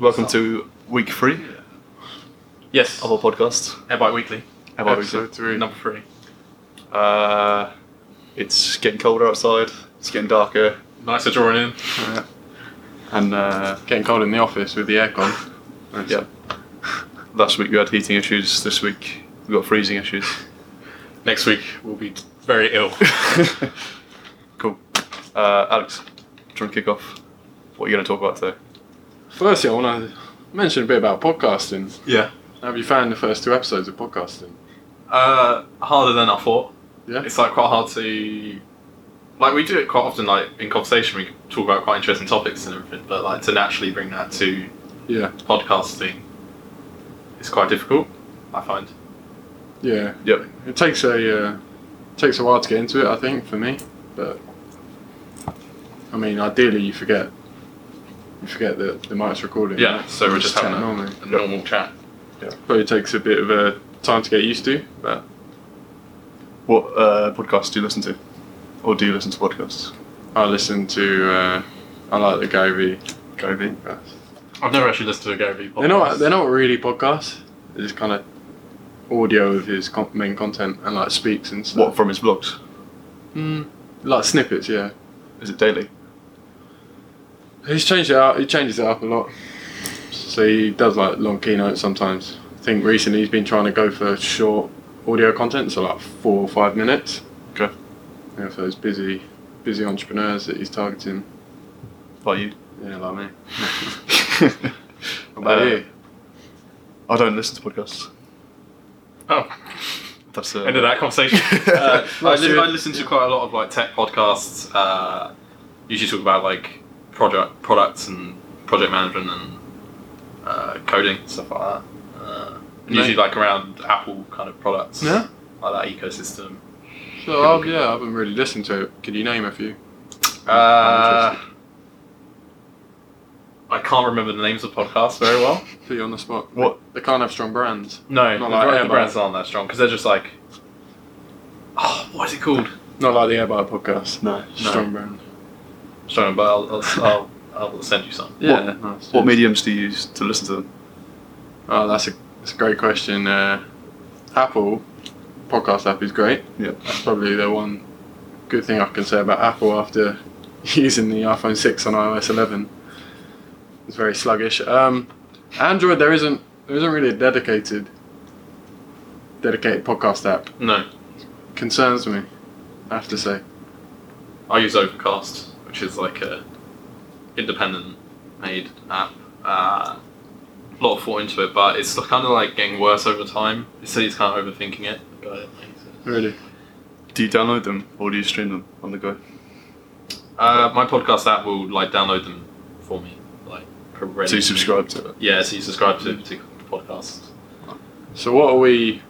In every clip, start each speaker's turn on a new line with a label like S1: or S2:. S1: Welcome to week three
S2: Yes.
S1: of our podcast.
S2: Air Bike Weekly.
S1: How about
S2: episode three. Number
S1: we-
S2: three.
S1: Uh, it's getting colder outside. It's getting darker,
S2: Nicer drawing in.
S1: and uh,
S3: Getting cold in the office with the aircon. Nice.
S1: Yeah. last week we had heating issues. This week we got freezing issues.
S2: Next week we'll be very ill.
S1: cool. Uh, Alex, trying to kick off. What are you going to talk about today?
S3: Firstly, I want to mention a bit about podcasting.
S2: yeah.
S3: Have you found the first two episodes of podcasting?
S2: Uh, harder than I thought.
S3: Yeah.
S2: It's like quite hard to. Like we do it quite often. Like in conversation, we talk about quite interesting topics and everything. But like to naturally bring that to
S3: Yeah.
S2: podcasting, it's quite difficult. I find.
S3: Yeah.
S1: Yep.
S3: It takes a uh, takes a while to get into it, I think, for me. But I mean, ideally, you forget you forget that the mic's recording.
S2: Yeah.
S3: right?
S2: So we're just
S3: chat
S2: having a,
S3: normally.
S2: a normal chat.
S3: Yeah. Probably takes a bit of a time to get used to, but
S1: What uh, podcasts do you listen to, or do you listen to podcasts?
S3: I listen to uh, I like the Gary Vee
S1: Gary Vee.
S3: podcast.
S2: I've never actually listened to a Gary Vee podcast.
S3: They're not. They're not really podcasts. It's kind of audio of his con- main content and like speaks and stuff.
S1: What from his vlogs?
S3: Mm, like snippets, yeah.
S1: Is it daily?
S3: He's changed it out. He changes it up a lot. So he does like long keynotes sometimes. I think recently he's been trying to go for short audio content, so like four or five minutes.
S1: Okay.
S3: Yeah, for those busy, busy entrepreneurs that he's targeting.
S1: Like you?
S3: Yeah, like me. What
S1: Uh,
S3: about you?
S1: I don't listen to podcasts.
S2: Oh.
S1: That's uh,
S2: End of that conversation. uh, I,
S3: Last
S2: li-
S3: year-
S2: I listen to quite a lot of like tech podcasts. Uh, usually talk about like project products and project management and uh, coding stuff like that. Uh, and
S3: No.
S2: Usually like around Apple kind of products.
S3: Yeah.
S2: Like that ecosystem.
S3: So I've, yeah, I haven't really listened to it. Could you name a few?
S2: Uh, I can't remember the names of podcasts very well.
S3: Put you on the spot.
S1: What?
S3: They can't have strong brands.
S2: No,
S3: Not
S2: the,
S3: like
S2: the
S3: Airbus.
S2: brands aren't that strong because they're just like, oh, what is it called?
S3: Not like the Airbike podcast.
S1: No.
S3: Strong brand.
S2: Sorry, but I'll, I'll, I'll, I'll send you some.
S1: Yeah.
S3: nice,
S1: What
S3: yeah.
S1: mediums do you use to listen to them?
S3: Oh, that's a that's a great question. Uh, Apple podcast app is great.
S1: Yeah.
S3: That's probably the one good thing I can say about Apple after using the iPhone six on iOS eleven. It's very sluggish. Um, Android there isn't there isn't really a dedicated dedicated podcast app.
S2: No.
S3: Concerns me, I have to say.
S2: I use Overcast, which is like a independent made app. Uh, a lot of thought into it, but it's kind of like getting worse over time. So he's kind of overthinking it. but-
S3: Really.
S1: Do you download them or do you stream them on the go?
S2: Uh, my podcast app will like download them for me, like
S1: Do
S2: ready.
S1: you subscribe to it?
S2: Yeah, so you subscribe to particular podcasts.
S3: So what are we?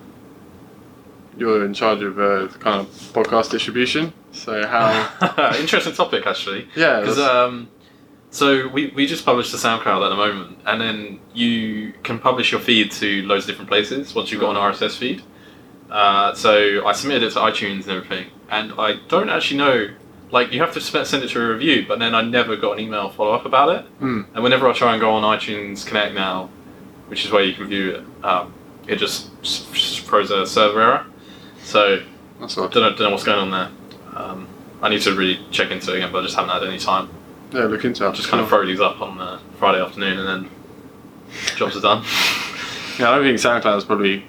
S3: You're in charge of uh, kind of podcast distribution. So how?
S2: Uh, Interesting topic, actually.
S3: Yeah.
S2: Because
S3: that's-
S2: um, so we, we just published to SoundCloud at the moment, and then you can publish your feed to loads of different places once you've got an RSS feed. Uh, so I submitted it to iTunes and everything, and I don't actually know. Like you have to sp- send it to a review, but then I never got an email follow up about it.
S3: Hmm.
S2: And whenever I try and go on iTunes Connect now, which is where you can view it, um, it just s- s- throws a server error. So
S3: that's
S2: I
S3: odd.
S2: don't know, don't know what's going on there. Um, I need to really check into it again, but I just haven't had any time.
S3: Yeah, look into
S2: I'll
S3: that.
S2: just kind of throw these up on uh, Friday afternoon and then jobs are done.
S3: Yeah, I don't think SoundCloud is probably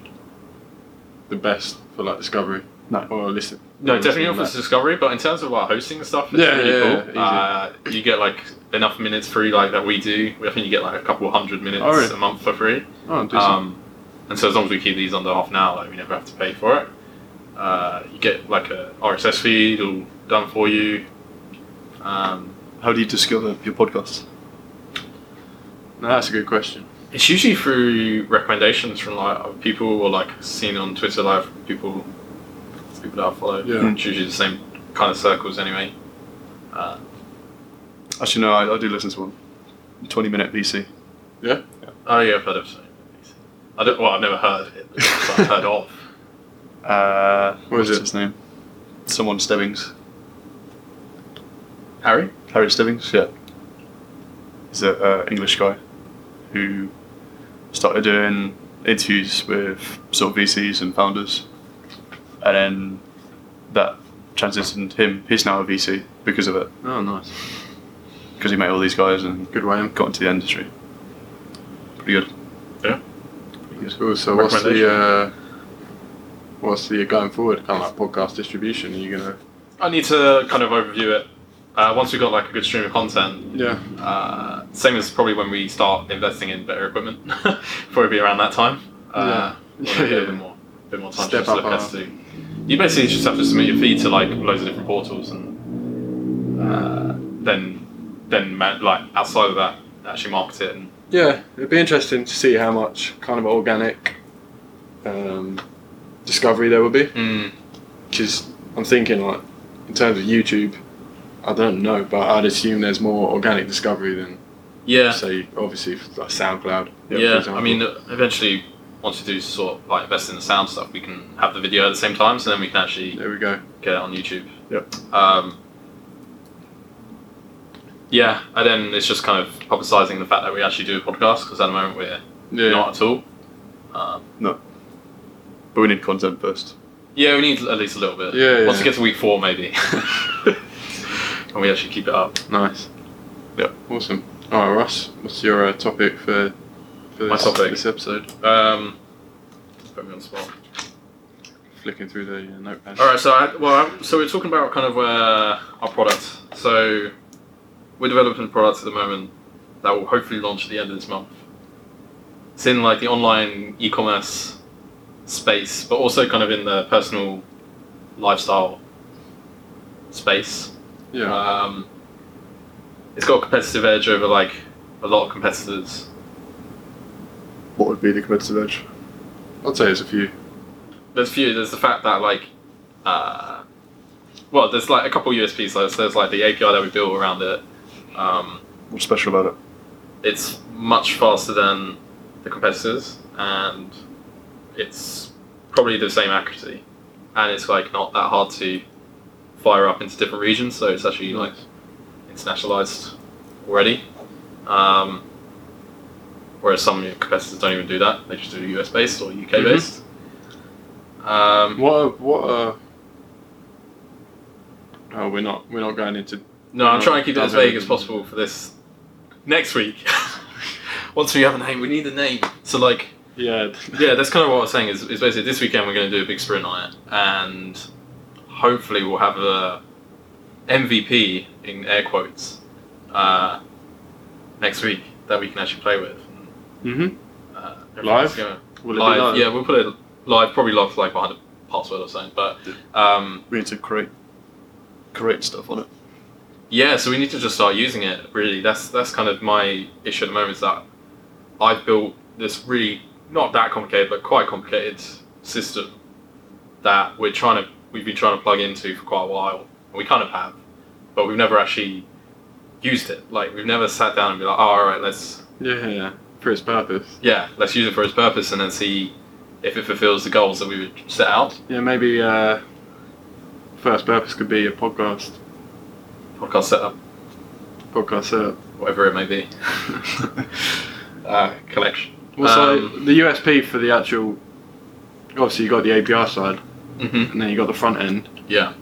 S3: the best for like discovery.
S1: No.
S3: Or listen.
S2: No,
S3: or
S2: definitely
S3: listening
S2: not for
S3: back.
S2: discovery, but in terms of like hosting and stuff, it's
S3: Yeah,
S2: really
S3: yeah,
S2: cool.
S3: yeah,
S2: uh, you get like enough minutes free, like that we do. I think you get like a couple hundred minutes
S3: Oh, really?
S2: a month for free.
S3: Oh, decent.
S2: Um, and so as long as we keep these under half an hour, like we never have to pay for it. Uh, you get like a RSS feed all done for you. Um,
S1: How do you discover your podcast?
S3: no, that's a good question.
S2: It's usually through recommendations from like other people or like seen on Twitter, like from people, people that I follow.
S3: Yeah.
S2: It's usually the same kind of circles anyway. Uh,
S1: Actually, no, I, I do listen to one. 20 minute Uh, PC.
S2: oh yeah, I've heard of. Something. I don't. Well, I've never heard it. But I've heard of.
S1: Uh,
S3: What
S1: what's
S3: is it?
S1: his name? Someone Stebbings.
S2: Harry.
S1: Harry Stebbings? Yeah. He's an uh, English guy. who started doing interviews with sort of VCs and founders, and then that transitioned him. He's now a VC because of it,
S3: Oh, nice.
S1: because he met all these guys and
S3: Good way.
S1: got into the industry. Pretty good.
S2: Yeah.
S1: Pretty good.
S3: Cool. So what's the uh,
S2: Recommendation.
S3: what's the uh, going forward kind of like podcast distribution? Are you gonna
S2: I need to kind of overview it. Uh, once we've got like a good stream of content,
S3: yeah
S2: uh, same as probably when we start investing in better equipment, probably be around that time. Uh,
S3: Yeah.
S2: we'll have
S3: Yeah,
S2: A bit
S3: yeah.
S2: more, bit more time
S3: Step
S2: to just
S3: up
S2: look as
S3: our-
S2: to. You basically just have to submit your feed to like loads of different portals, and uh, then then ma- like outside of that, actually market it. And
S3: yeah? It'd be interesting to see how much kind of organic um, discovery there would be. Which is I'm thinking like in terms of YouTube, I don't know, but I'd assume there's more organic discovery than
S2: yeah,
S3: say obviously like SoundCloud. for
S2: yeah. I
S3: example.
S2: mean, eventually, once you do sort of like invest in the sound stuff, we can have the video at the same time, so then we can actually
S3: there we go.
S2: get it on YouTube.
S1: Yep.
S2: Um, yeah, and then it's just kind of publicising the fact that we actually do a podcast because at the moment we're
S3: Yeah.
S2: not at all. Um,
S1: But we need content first.
S2: yeah, we need at least a little bit.
S3: Yeah, yeah.
S2: Once we get to week four, maybe. and we actually keep it up.
S3: Nice.
S1: Yep.
S3: Awesome. All right, Ross. What's your uh, topic for for this,
S2: My topic?
S3: this episode?
S2: Um, put me on the spot.
S3: Flicking through the uh, notepad.
S2: All right, so I, well, I- so we're talking about kind of uh, our product. So we're developing products at the moment that will hopefully launch at the end of this month. It's in like the online e-commerce space, but also kind of in the personal lifestyle space.
S3: Yeah.
S2: Um, it's got a competitive edge over like a lot of competitors.
S1: What would be the competitive edge?
S3: I'd say there's a few.
S2: there's few. There's the fact that like, uh, well, there's like a couple USPs. So there's, there's like the API that we built around it. Um,
S1: What's special about it?
S2: it's much faster than the competitors, and it's probably the same accuracy, and it's like not that hard to fire up into different regions. So it's actually like internationalized already. Um, whereas some competitors don't even do that; they just do US based or UK based. Um,
S3: What? Are, what? Are, oh, we're not. We're not going into.
S2: No, I'm trying to keep it as
S3: Doesn't-
S2: vague as possible for this next week. Once we have a name, we need a name. So like,
S3: Yeah.
S2: yeah, that's kind of what I was saying. Is, is basically this weekend we're going to do a big sprint on it, and hopefully we'll have a MVP in air quotes uh, next week that we can actually play with.
S3: mhm.
S2: Uh,
S3: Live?
S2: everything's gonna-
S3: Will it
S2: live,
S3: be live?
S2: Yeah, we'll put it live. Probably live like behind a password or something. But um,
S1: We need to create create stuff on it.
S2: Yeah, so we need to just start using it. Really, that's that's kind of my issue at the moment is that I've built this really not that complicated, but quite complicated system that we're trying to we've been trying to plug into for quite a while. And we kind of have, but we've never actually used it. Like we've never sat down and be like, oh, all right, let's
S3: Yeah. Yeah. For its purpose.
S2: yeah, let's use it for its purpose and then see if it fulfills the goals that we would set out.
S3: Yeah. Maybe. Uh, first purpose could be a podcast.
S2: Podcast setup,
S3: Podcast setup.
S2: whatever it may be, uh, collection.
S3: Well, so
S2: Um,
S3: the USP for the actual. Obviously, you got the API side,
S2: hmm
S3: and then you got the front end.
S2: Yeah.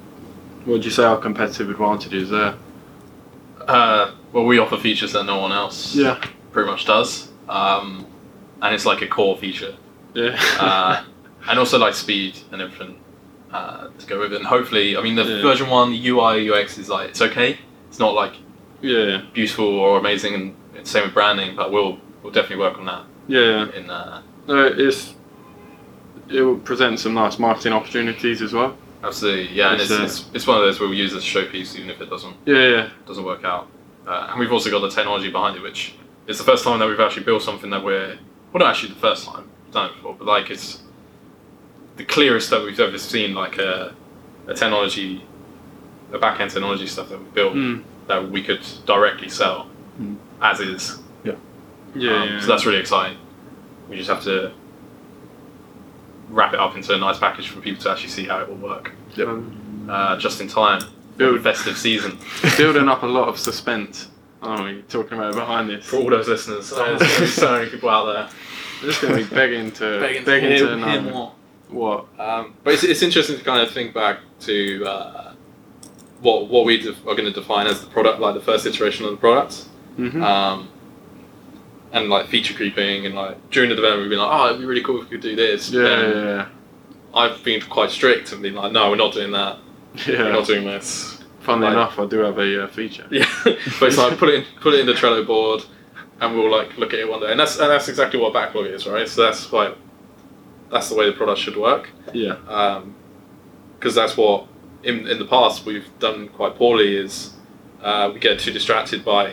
S3: What would you say our competitive advantages there?
S2: Uh, well, we offer features that no one else pretty much does, um, and it's like a core feature,
S3: Yeah.
S2: uh, and also like speed and everything uh, to go with it. And hopefully, I mean, the
S3: Yeah.
S2: version one the UI UX is like it's okay. It's not like
S3: yeah.
S2: beautiful or amazing, and it's same with branding, but we'll we'll definitely work on that.
S3: Yeah.
S2: In uh,
S3: No, it's it will present some nice marketing opportunities as well.
S2: absolutely, yeah, and
S3: It's,
S2: it's,
S3: uh,
S2: it's it's one of those we'll use as a showpiece, even if it doesn't
S3: Yeah, yeah.
S2: doesn't work out. Uh, and we've also got the technology behind it, which is the first time that we've actually built something that we're well, not actually the first time we've done it before, but like it's the clearest that we've ever seen like a, a technology, a back end technology stuff that we built
S3: Mm.
S2: that we could directly sell
S1: Mm.
S2: as is.
S3: Yeah,
S2: Um,
S3: yeah.
S2: So that's really exciting. We just have to wrap it up into a nice package for people to actually see how it will work
S1: Yep.
S3: Um,
S2: uh, just in time.
S3: Build.
S2: Festive season.
S3: building up a lot of suspense. aren't we? Talking about behind this.
S2: for all those listeners. There's gonna be so many people out there.
S3: We're just going to be begging to
S4: Begging
S3: begging,
S4: to
S3: to,
S2: Hear- hear
S3: know
S2: more.
S3: what.
S2: Um, but it's, it's interesting to kind of think back to uh, what what we def- are going to define as the product, like the first iteration of the product,
S3: Mhm.
S2: um, and like feature creeping, and like during the development, we've been like, oh, it'd be really cool if we could do this.
S3: yeah,
S2: And
S3: yeah,
S2: I've been quite strict and been like, no, we're not doing that.
S3: yeah. yeah.
S2: We're not doing this.
S3: Funnily
S2: Like-
S3: enough, I do have a uh, feature.
S2: Yeah, but it's like put it in, put it in the Trello board, and we'll like look at it one day. And that's and that's exactly what backlog is, right? So that's like that's the way the product should work.
S3: Yeah,
S2: because that's what in, in the past we've done quite poorly is uh, we get too distracted by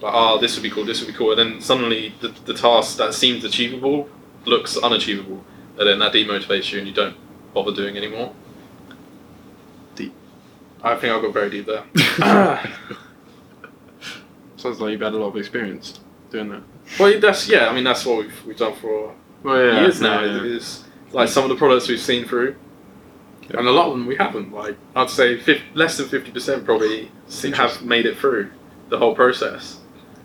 S2: like oh this would be cool this would be cool and then suddenly the, the task that seems achievable looks unachievable and then that demotivates you and you don't bother doing anymore
S1: Deep.
S2: I think I got very deep there
S3: sounds like you've had a lot of experience doing that.
S2: well that's yeah I mean that's what we've, we've done for
S3: Well, yeah,
S2: years now
S3: yeah, yeah.
S2: is like some of the products we've seen through,
S3: Yeah.
S2: and a lot of them we haven't. Like I'd say fif- less than fifty percent probably se- have
S3: Interesting.
S2: made it through the whole process.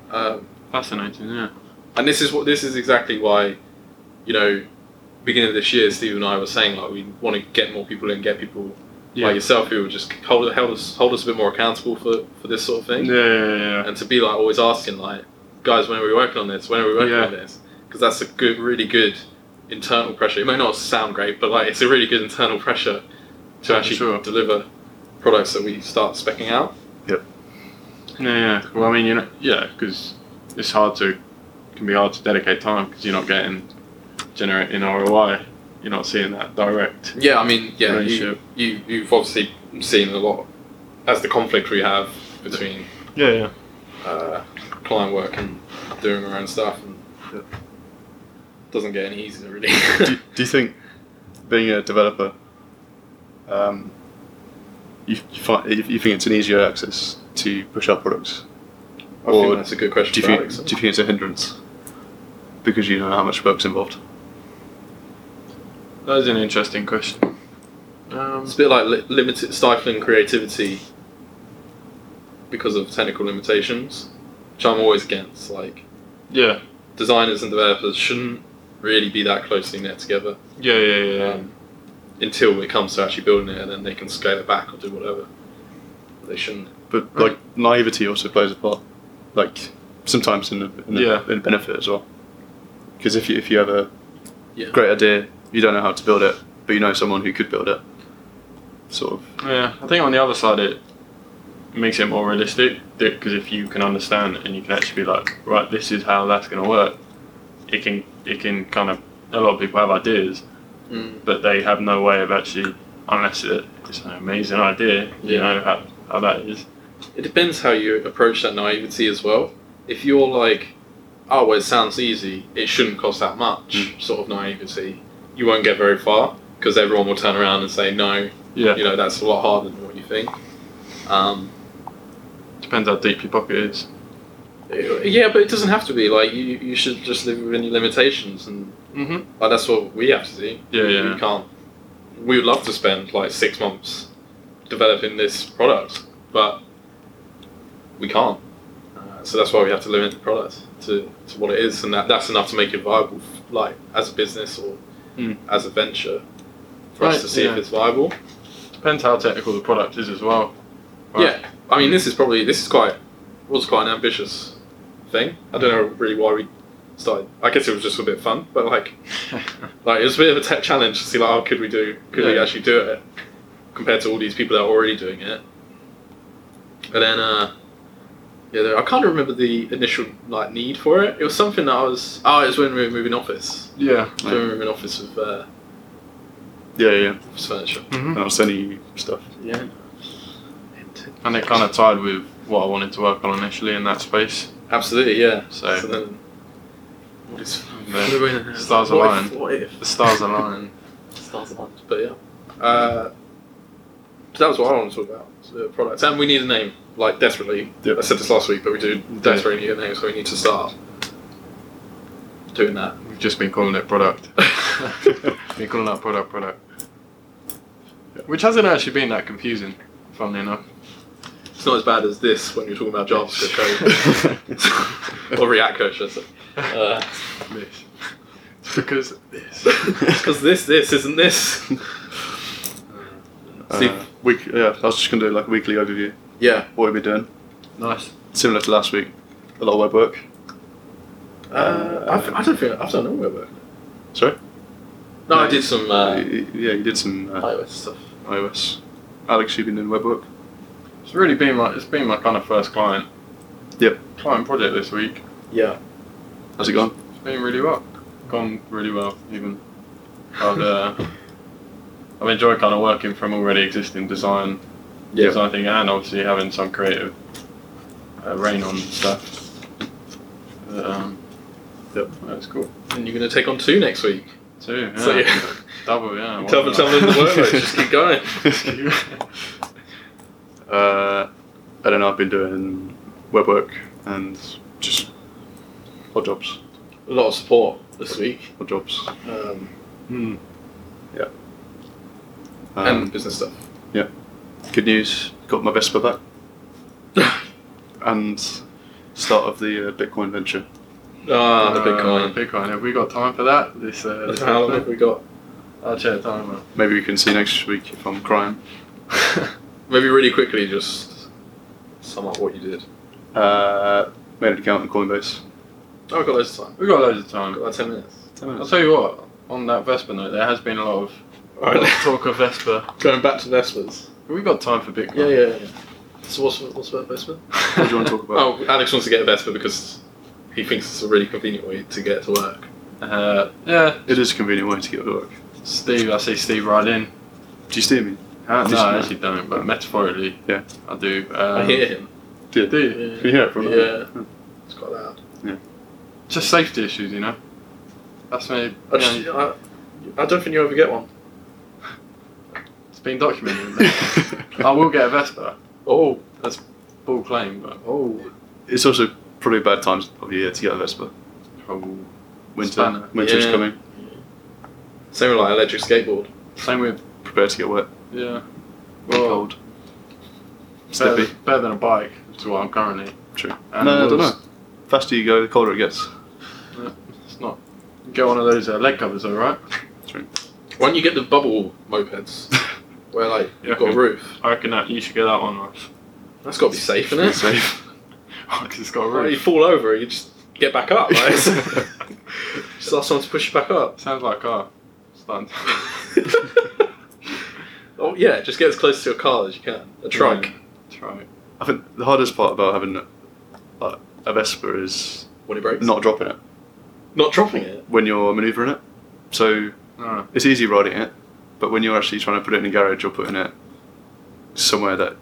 S2: Um,
S3: Fascinating. Yeah.
S2: and this is what this is exactly why, you know, beginning of this year, Steve and I were saying like we want to get more people in, get people
S3: Yeah.
S2: like yourself who will just hold, hold us hold us a bit more accountable for for this sort of
S3: yeah,
S2: thing,
S3: yeah, yeah.
S2: and to be like always asking like, guys, when are we working on this? When are we working
S3: Yeah.
S2: on this? Because that's a good, really good internal pressure. It may not sound great, but like it's a really good internal pressure to
S3: Yeah,
S2: actually
S3: sure.
S2: deliver products that we start specking out.
S3: Yeah, yeah. Well, I mean, you know, yeah, because it's hard to, can be hard to dedicate time because you're not getting generating ROI. You're not seeing that direct.
S2: Yeah, I mean, yeah, you,
S3: Relationship.
S2: you you've obviously seen a lot as the conflict we have between
S3: Yeah, yeah.
S2: uh, client work and doing our own stuff, and
S1: Yeah.
S2: doesn't get any easier really.
S1: do, do you think being a developer, um, you, you, find, you you think it's an easier access to push out products?
S2: I think that's a good question.
S1: Do you,
S2: for
S1: think,
S2: Alex.
S1: do you think it's a hindrance? Because you don't know how much work's involved.
S3: That is an interesting question. Um,
S2: It's a bit like li- limited stifling creativity because of technical limitations, which I'm always against. Like
S3: yeah,
S2: designers and developers shouldn't really be that closely knit together
S3: yeah, yeah, yeah. yeah.
S2: um, until it comes to actually building it, and then they can scale it back or do whatever. But they shouldn't.
S1: But
S3: Right.
S1: like naivety also plays a part. Like sometimes in the, in the,
S3: Yeah.
S1: in the benefit as well. Because if you if you have a
S2: Yeah.
S1: great idea, you don't know how to build it, but you know someone who could build it. Sort of.
S3: Yeah, I think on the other side it makes it more realistic because if you can understand and you can actually be like, right, this is how that's going to work, it can it can kind of a lot of people have ideas,
S2: mm.
S3: but they have no way of actually unless it, it's an amazing idea, you
S2: Yeah.
S3: know how, how that is.
S2: It depends how you approach that naivety as well. If you're like, oh, well, it sounds easy, it shouldn't cost that much, sort of naivety, you won't get very far because everyone will turn around and say, no,
S3: Yeah,
S2: you know, that's a lot harder than what you think. Um,
S3: depends how deep your pocket is.
S2: yeah, but it doesn't have to be. Like, you, you should just live within your limitations, and
S3: Mm-hmm.
S2: like, that's what we have to do.
S3: Yeah,
S2: We-
S3: yeah.
S2: We can't. We would love to spend like six months developing this product, but we can't. Uh, so that's why we have to limit the product to, to what it is, and that, that's enough to make it viable, f- like as a business or
S3: Mm.
S2: as a venture, for
S3: Right,
S2: us to see if
S3: yeah.
S2: it's viable.
S3: Depends how technical the product is as well.
S2: Yeah, I mean, this is probably this is quite was quite an ambitious thing. I don't know really why we started. I guess it was just a bit fun, but like
S3: Yeah.
S2: like it was a bit of a tech challenge to see like, oh, could we do? Could we
S3: Yeah.
S2: actually do it? Compared to all these people that are already doing it. And then, uh, yeah, there, I can't remember the initial like need for it. It was something that I was. Oh, it was when we were moving office.
S3: yeah.
S2: It was When we were moving office with uh,
S1: Yeah, yeah.
S2: office furniture.
S3: Mm-hmm.
S1: And I'll send you stuff.
S2: Yeah.
S3: And it kind of tied with what I wanted to work on initially in that space.
S2: Absolutely, yeah.
S3: So-
S2: then, what is?
S3: The-
S2: we were in-
S3: stars
S2: what if-
S3: aligned.
S2: What if?
S3: The stars align.
S4: Stars aligned.
S2: But yeah. Uh, so that was what I wanted to talk about. so the products. And we need a name, like desperately.
S1: Yep.
S2: I said this last week, but we do
S3: did.
S2: desperately need a name, so we need to start doing that.
S3: We've just been calling it product. been calling that product product. Which hasn't actually been that confusing, funnily enough.
S2: It's not as bad as this when you're talking about JavaScript code or React code, should I say? Uh,
S3: This. Because this.
S2: because this, this isn't this.
S1: Uh,
S2: See,
S1: week, yeah, I was just gonna do like a weekly overview.
S2: yeah,
S1: What we've been doing,
S2: nice.
S1: similar to last week, a lot of web work.
S2: Uh, I've, I don't think I've done all my work.
S1: Sorry.
S2: No, I did some uh,
S1: Y- y- yeah, you did some uh,
S2: iOS stuff.
S1: iOS. Alex, you've been doing web work.
S3: It's really been my it's been my kind of first client.
S1: Yep.
S3: Client project this week.
S2: Yeah.
S1: How's it gone?
S3: It's been really well. Gone really well even. I've uh, I've enjoyed kind of working from already existing design design thing and obviously having some creative uh, rain on stuff. But, um,
S1: Yep.
S3: that's cool.
S2: And you're going to take on two next week.
S3: Too, yeah.
S2: So yeah,
S3: Double, yeah. why
S2: tell them,
S3: not?
S2: tell them the workload. Just keep going.
S1: Uh, I don't know. I've been doing web work and just odd jobs,
S2: A lot of support this week.
S1: odd jobs, um,
S2: Um,
S3: Hmm.
S2: and business stuff.
S1: Um, good news. Got my Vespa back
S2: Ah,
S1: and start of the uh, Bitcoin venture.
S2: Ah, the
S3: Uh,
S2: Bitcoin.
S3: Bitcoin. Have we got time for that? This. Uh, this
S2: How long
S3: episode?
S2: have we got?
S3: I'll check the timer.
S1: Maybe we can see next week if I'm crying.
S2: Maybe really quickly, just sum up what you did.
S1: Uh, made an account in Coinbase.
S2: Oh, we've got loads of time.
S3: We've got loads of
S2: We've
S3: time.
S2: got like 10 minutes.
S3: I'll tell you what. On that Vespa note, there has been a lot of
S2: All right.
S3: talk of Vespa.
S2: Going back to Vespa's.
S3: Have we got time for Bitcoin?
S2: Yeah, yeah, yeah. So what's, what's about Vespa?
S1: What do you want to talk about?
S2: Oh, Alex wants to get a Vespa because he thinks it's a really convenient way to get to work.
S3: Uh, yeah.
S1: It is a convenient way to get to work.
S3: Steve, I see Steve right in.
S1: Do you steer me?
S3: Uh,
S1: Just-
S3: no, I actually don't. But metaphorically,
S1: Yeah.
S3: I do. Um,
S2: I hear him.
S1: Yeah.
S3: Do you?
S2: Yeah.
S1: Can you hear it from there?
S2: Yeah. It's quite loud.
S3: Just safety issues, you know. That's me.
S2: I, just,
S3: you know,
S2: I, I don't think you ever get one.
S3: it's been documented. I will get a Vespa.
S2: Oh,
S3: Full claim, but
S2: oh.
S1: It's also probably a bad time of year to get a Vespa.
S3: oh,
S1: Winter,
S3: Spanner.
S1: winter's
S2: Yeah.
S1: coming.
S2: Same with like electric skateboard.
S3: same with
S1: Prepare to get wet,
S3: yeah. Well, uh,
S1: cold,
S3: better,
S1: slippy.
S3: better than a bike is what I'm currently.
S1: True.
S3: And
S1: no, I don't know.
S3: wheels.
S1: Faster you go, the colder it gets.
S3: It's not. Get one of those uh, leg covers, all right?
S2: Why don't you get the bubble mopeds where like you've got a
S3: Yeah.
S2: roof?
S3: I reckon that you should get that one, Ross.
S2: That's got to be safe, isn't it?
S1: Safe.
S3: Because it's got a
S2: Well, you
S3: roof.
S2: fall over, you just get back up. Right? just ask someone to push you back up.
S3: Sounds like a car. Stunt.
S2: oh yeah, just get as close to a car as you can. A truck.
S3: Trike.
S1: I think the hardest part about having like, a Vespa is
S2: When it breaks.
S1: not dropping it
S2: Not dropping it.
S1: when you're manoeuvring it. So
S3: No.
S1: it's easy riding it, but when you're actually trying to put it in a garage or putting it somewhere that,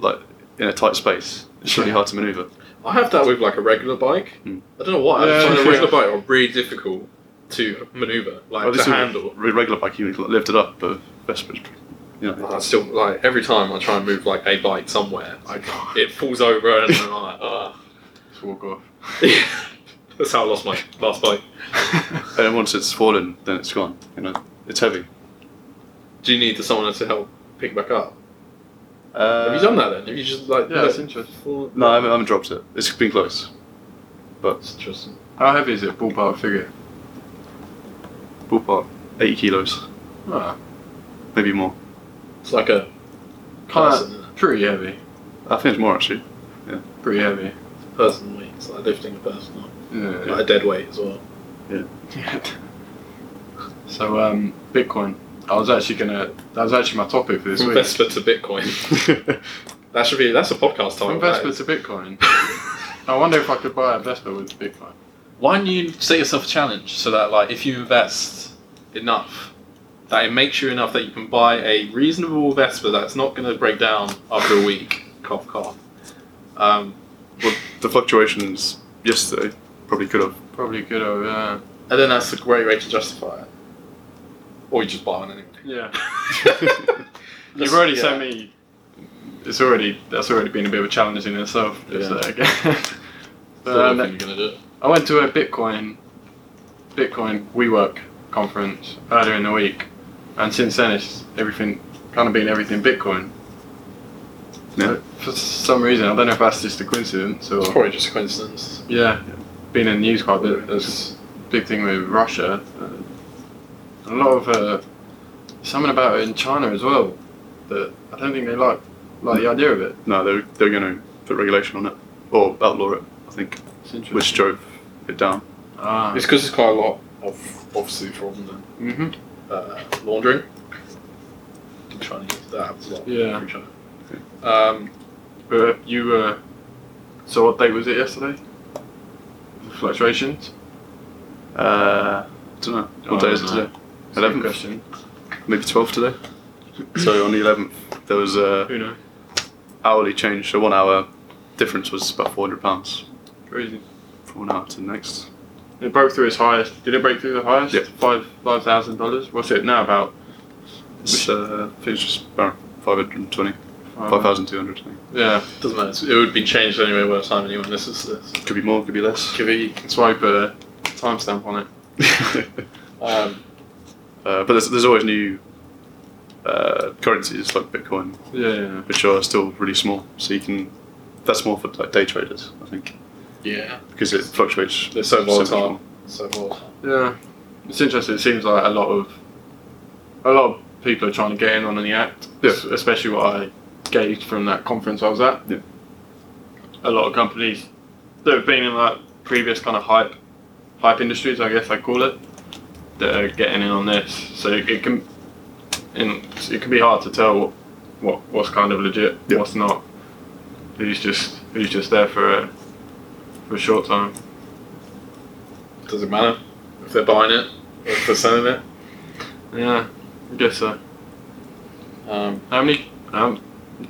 S1: like, in a tight space, it's really hard to maneuver.
S2: I have that with like a regular bike.
S1: Hmm.
S2: I don't know why. I
S3: Yeah,
S2: find a
S3: yeah.
S2: regular bike are really difficult to manoeuvre, like
S1: Well,
S2: to
S1: Oh, this is a
S2: handle.
S1: re- regular bike, you like, lift it up, but Vespa's, you know,
S2: I still like every time I try and move like a bike somewhere, I, it falls over and I'm like, ah.
S3: Just walk off.
S2: That's how I lost my last bike.
S1: and then once it's fallen, then it's gone. You know, it's heavy.
S2: Do you need someone to help pick it back up?
S1: Uh,
S2: Have you done that then? Have you just like
S3: Yeah, that's
S2: let-
S3: interesting.
S2: fall-
S1: No, I haven't, I haven't dropped it. It's been close.
S2: That's interesting.
S3: How heavy is it? Ballpark figure.
S1: Ballpark, 80 kilos,
S3: Ah,
S1: maybe more.
S2: It's like a
S3: kind
S2: person,
S3: of pretty heavy.
S1: I think it's more actually.
S3: Pretty heavy.
S2: person weight. It's like lifting a person up,
S3: Yeah.
S2: like a dead weight as well.
S3: so um, Bitcoin. I was actually gonna. That was actually my topic for this
S2: From
S3: week.
S2: Vespa to Bitcoin. That should be that's a podcast title.
S3: From
S2: that
S3: Vespa
S2: is.
S3: to Bitcoin. I wonder if I could buy a Vespa with Bitcoin.
S2: Why don't you set yourself a challenge so that like if you invest enough, that it makes you enough that you can buy a reasonable Vespa that's not going to break down after a week. cough cough. Um,
S1: well, the fluctuations yesterday probably could have.
S3: Probably could have. Uh,
S2: and then that's a great way to justify it. Or you just buy one anyway.
S3: yeah.
S2: That's-
S3: You've already
S2: yeah.
S3: sent me. It's already that's already been a bit of a challenge in itself.
S2: Yeah.
S3: So, okay.
S2: So
S3: But,
S2: I
S3: um,
S2: think you're going to do it.
S3: I went to a Bitcoin Bitcoin WeWork conference earlier in the week, and since then it's everything kind of been everything Bitcoin.
S1: Yeah.
S3: For some reason, I don't know if that's just a
S2: It's
S3: coincidence or
S2: probably just a coincidence.
S3: yeah, been in the news quite a bit. There's a big thing with Russia. Uh, a lot of uh, something about it in China as well that I don't think they like like the idea of it.
S1: No, they're they're going to put regulation on it or outlaw it, I think,
S3: It's interesting.
S1: which drove it down.
S3: ah,
S2: It's because there's quite a lot of obviously fraudulent
S3: hmm
S2: uh, laundering. In China, that happens a lot.
S3: Yeah.
S2: in China. Um,
S3: But you uh, so what date was it yesterday? Fluctuations.
S1: Uh, I don't know. What
S3: Oh,
S1: day is it
S3: no.
S1: today?
S3: Same
S1: 11th?
S3: question.
S1: Maybe 12th today? so on the 11th, there was a
S3: Who knows?
S1: hourly change. So one hour difference was about £400
S3: Crazy.
S1: from one hour to the next.
S3: It broke through its highest. Did it break through the highest?
S1: Yeah.
S3: Five five thousand dollars. What's it now about?
S1: It's, uh, I think it's just about 520,
S3: Um,
S1: 5,200. I think.
S3: Yeah,
S2: doesn't matter. It's- It would be changed anyway by the time anyone listens to this.
S1: Could be more, could be less.
S3: give it. That's why I put a timestamp on it.
S2: Um,
S1: Uh, but there's, there's always new uh, currencies like Bitcoin,
S3: Yeah, yeah,
S1: which are still really small. So you can, that's more for like day traders, I think,
S2: yeah,
S1: because it fluctuates.
S2: they're so
S1: much
S2: volatile.
S1: more.
S2: So volatile.
S3: yeah. Yeah. It's interesting. It seems like a lot of a lot of people are trying to get in on the act.
S1: Yeah.
S3: es- Especially what I gauged from that conference I was at.
S1: Yeah.
S3: A lot of companies that have been in that previous kind of hype hype industries, I guess I call it, that are getting in on this. So it, it can and it can be hard to tell what, what what's kind of legit,
S1: Yeah.
S3: what's not. Who's just who's just there for a for a short time.
S2: Does it matter if they're buying it or if they're selling it?
S3: Yeah, I guess so.
S2: Um,
S3: How many? Um,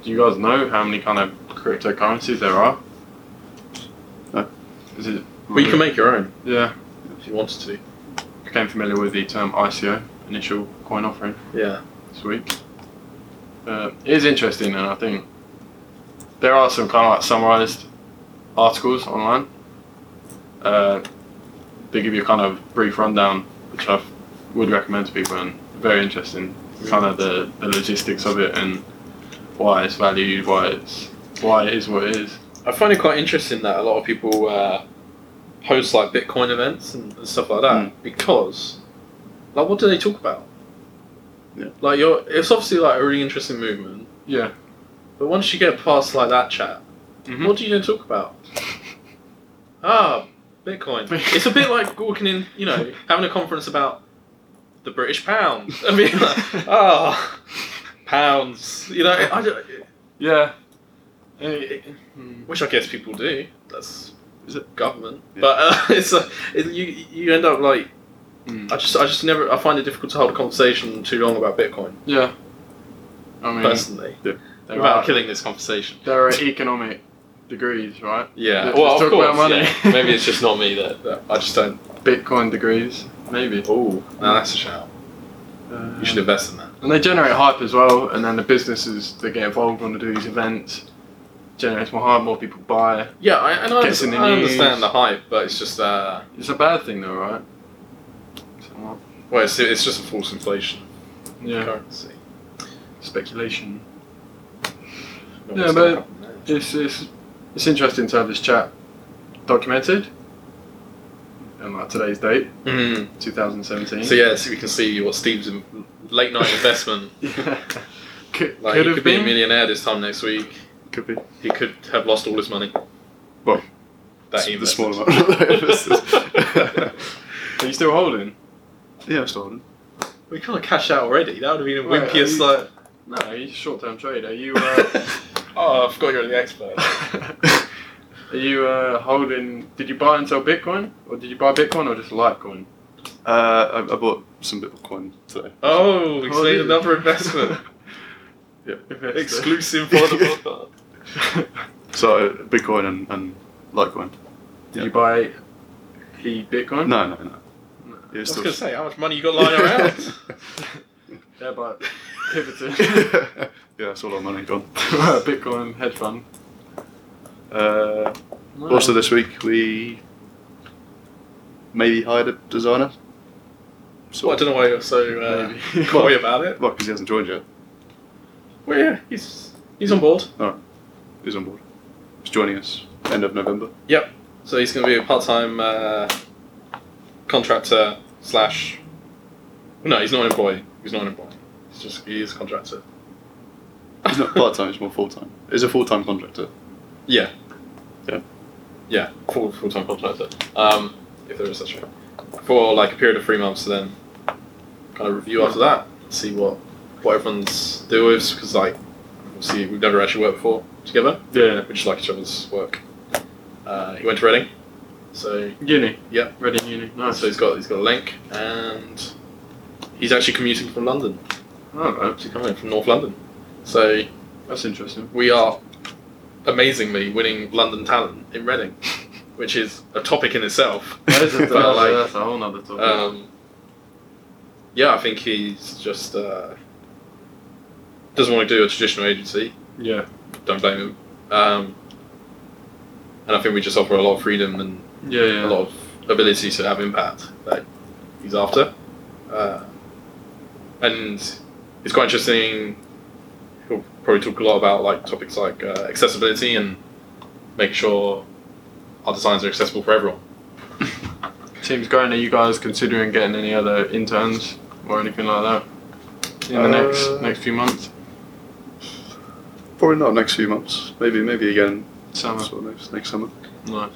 S3: do you guys know how many kind of cryptocurrencies there are?
S1: No.
S3: Is it?
S2: well, you Uh, can make your own
S3: Yeah,
S2: if you wanted to.
S3: became familiar with the term ICO, initial coin offering,
S2: Yeah.
S3: this week. Uh, it is interesting, and I think there are some kind of like summarized articles online. Uh, they give you a kind of brief rundown, which I would recommend to people, and very interesting. Kind of the, the logistics of it and why it's valued, why it's why it is what it is.
S2: I find it quite interesting that a lot of people uh, host like Bitcoin events and, and stuff like that because, like, what do they talk about?
S1: Yeah.
S2: Like, you're, it's obviously like a really interesting movement,
S3: Yeah.
S2: but once you get past like that chat,
S3: Mhm.
S2: what are you going to talk about? Ah, Bitcoin. it's a bit like walking in, you know, having a conference about the British pound. I mean, like, ah, pounds. You know, I, don't-
S3: Yeah.
S2: which I guess people do. That's
S1: Is it?
S2: government,
S1: Yeah.
S2: but uh, it's a, it, you you end up like
S3: Mm.
S2: I just I just never I find it difficult to hold a conversation too long about Bitcoin
S3: Yeah. I mean,
S2: personally
S3: there
S2: without
S3: are,
S2: killing this conversation.
S3: there are economic degrees, right?
S2: Yeah,
S3: Let's
S2: well, of
S3: talk
S2: course.
S3: about money.
S2: yeah. Maybe it's just not me that, that I just don't.
S3: Bitcoin degrees, maybe.
S2: Oh, now that's a shout.
S3: Uh,
S2: You should invest in that.
S3: And they generate hype as well, and then the businesses that get involved want to do these events. Generates more hype, more people buy.
S2: Yeah, I, and I,
S3: Gets in the
S2: I
S3: news.
S2: understand the hype, but it's just uh,
S3: It's a bad thing though, right? Somewhat.
S2: well, it's, it's just a false inflation of
S3: Yeah.
S2: currency.
S3: Speculation.
S2: No,
S3: Yeah,
S2: it's
S3: but-
S2: not happening there.
S3: It's, it's, it's interesting to have this chat documented. And like today's date,
S2: Mm.
S3: Mm-hmm. 2017.
S2: So yeah, so we can see what Steve's in, late night investment.
S3: Yeah. could,
S2: Like
S3: could
S2: he
S3: have
S2: could be
S3: been.
S2: a millionaire this time next week.
S1: Could be.
S2: He could have lost all his money.
S1: Well,
S2: that he
S1: the
S2: invested.
S1: small amount.
S3: Are you still holding?
S1: yeah, I'm still on
S2: We kind of cashed out already. That would have been the
S3: Wait, are
S2: wimpiest.
S3: you-
S2: like,
S3: No, you short-term trade. Are you? Uh,
S2: oh, I forgot you're the expert.
S1: it.
S3: are you uh, holding? Did you buy and sell Bitcoin, or did you buy Bitcoin or just Litecoin?
S1: Uh, I, I bought some Bitcoin today.
S2: Oh, he's
S3: Oh,
S2: made
S3: yeah.
S2: another investment.
S1: Yeah.
S3: Investor.
S2: Exclusive for the podcast.
S1: So uh, Bitcoin and, and Litecoin.
S3: Did you buy the Bitcoin?
S1: No, no, no.
S3: No.
S1: It
S2: I
S1: was
S2: was
S1: still
S2: going to say, how much money you got lying around?
S3: Yeah, but pivoted.
S1: yeah, that's all our money gone.
S3: Bitcoin hedge fund.
S1: Uh, Also, this week we maybe hired a designer. So,
S2: well, I don't know why you're so uh, coy about it.
S1: Well, because he hasn't joined yet.
S2: Well, yeah, he's he's on board.
S1: Alright. is on board. He's joining us end of November.
S2: So he's going to be a part-time uh, contractor slash. No, he's not an employee. He's not an employee. He's just he is a contractor.
S1: He's not part time, he's more full time. He's a full time contractor.
S2: Yeah.
S1: Yeah.
S2: Yeah, full full time contractor. Um, if there is such a thing. For like a period of three months, then kind of review after that, see what what everyone's deal is, because like obviously we've never actually worked before together,
S3: Yeah.
S2: which is like each other's work. Uh, he went to Reading, so
S3: Uni.
S2: Yeah.
S3: Reading Uni. Nice.
S2: so he's got he's got a link, and he's actually commuting from London.
S3: All right.
S2: He's coming from North London, so
S3: That's interesting.
S2: we are amazingly winning London talent in Reading, which is a topic in itself.
S3: That is a, that's,
S2: But, like,
S3: that's a whole nother topic.
S2: Um, yeah, I think he's just uh, doesn't want to do a traditional agency.
S5: Yeah.
S2: Don't blame him. Um, and I think we just offer a lot of freedom and
S3: yeah, yeah.
S2: a lot of ability to have impact that he's after. Uh, and it's quite interesting. He'll probably talk a lot about like topics like uh, accessibility and making sure our designs are accessible for everyone.
S3: Team's growing. Are you guys considering getting any other interns or anything like that in the
S1: Uh,
S3: next next few months?
S1: Probably not next few months. Maybe maybe again
S3: Summer.
S1: sort of next, next summer.
S3: Nice.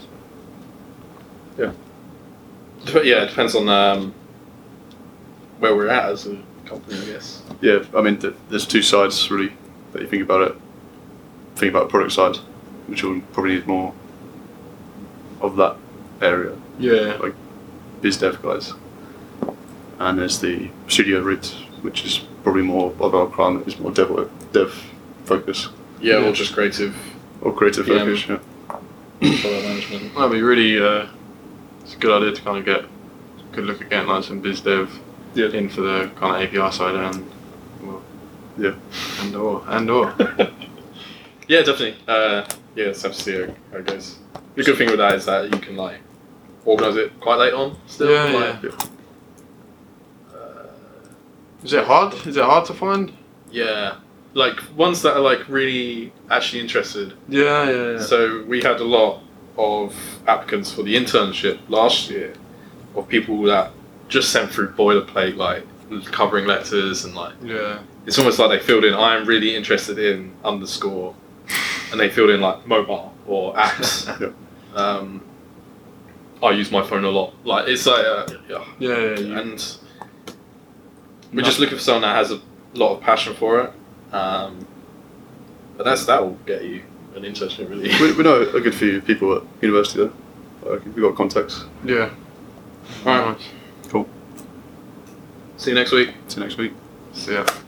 S2: Dep- yeah, it depends on um, where we're at as a company, I guess.
S1: Yeah, I mean th- there's two sides really that you think about it. Think about the product side, which will probably need more of that area,
S3: Yeah.
S1: biz dev guys. And there's the studio route, which is probably more of our crime is more dev dev focus
S2: Yeah,
S3: Yeah.
S2: or just creative
S1: or creative
S2: Yeah.
S1: focus. Yeah.
S2: product management.
S3: That'd be really. Uh, it's a good idea to kind of get good look at getting like some biz dev
S1: Yeah.
S3: in for the kind of API side and well,
S1: Yeah.
S3: and or and or
S2: yeah, definitely. Uh, yeah, it's have to see how how it goes. The good thing with that is that you can like organize it quite late on. Still,
S3: Yeah,
S2: like,
S1: yeah.
S2: Uh,
S3: is it hard? Is it hard to find?
S2: yeah, like ones that are like really actually interested.
S3: Yeah, yeah, yeah.
S2: So we had a lot of applicants for the internship last year of people that just sent through boilerplate, like covering letters and like
S3: yeah.
S2: it's almost like they filled in. I am really interested in underscore, and they filled in like mobile or apps.
S1: Yeah.
S2: um, I use my phone a lot. Like it's like uh, yeah,
S3: Yeah, yeah, you-
S2: and we're just looking for someone that has a lot of passion for it. Um, but that's that will get you an internship, really.
S1: we, we know a good few people at university though. Like, we've got contacts.
S3: yeah.
S2: All right,
S3: Nice.
S2: see you next week.
S1: See you next week.
S3: So yeah.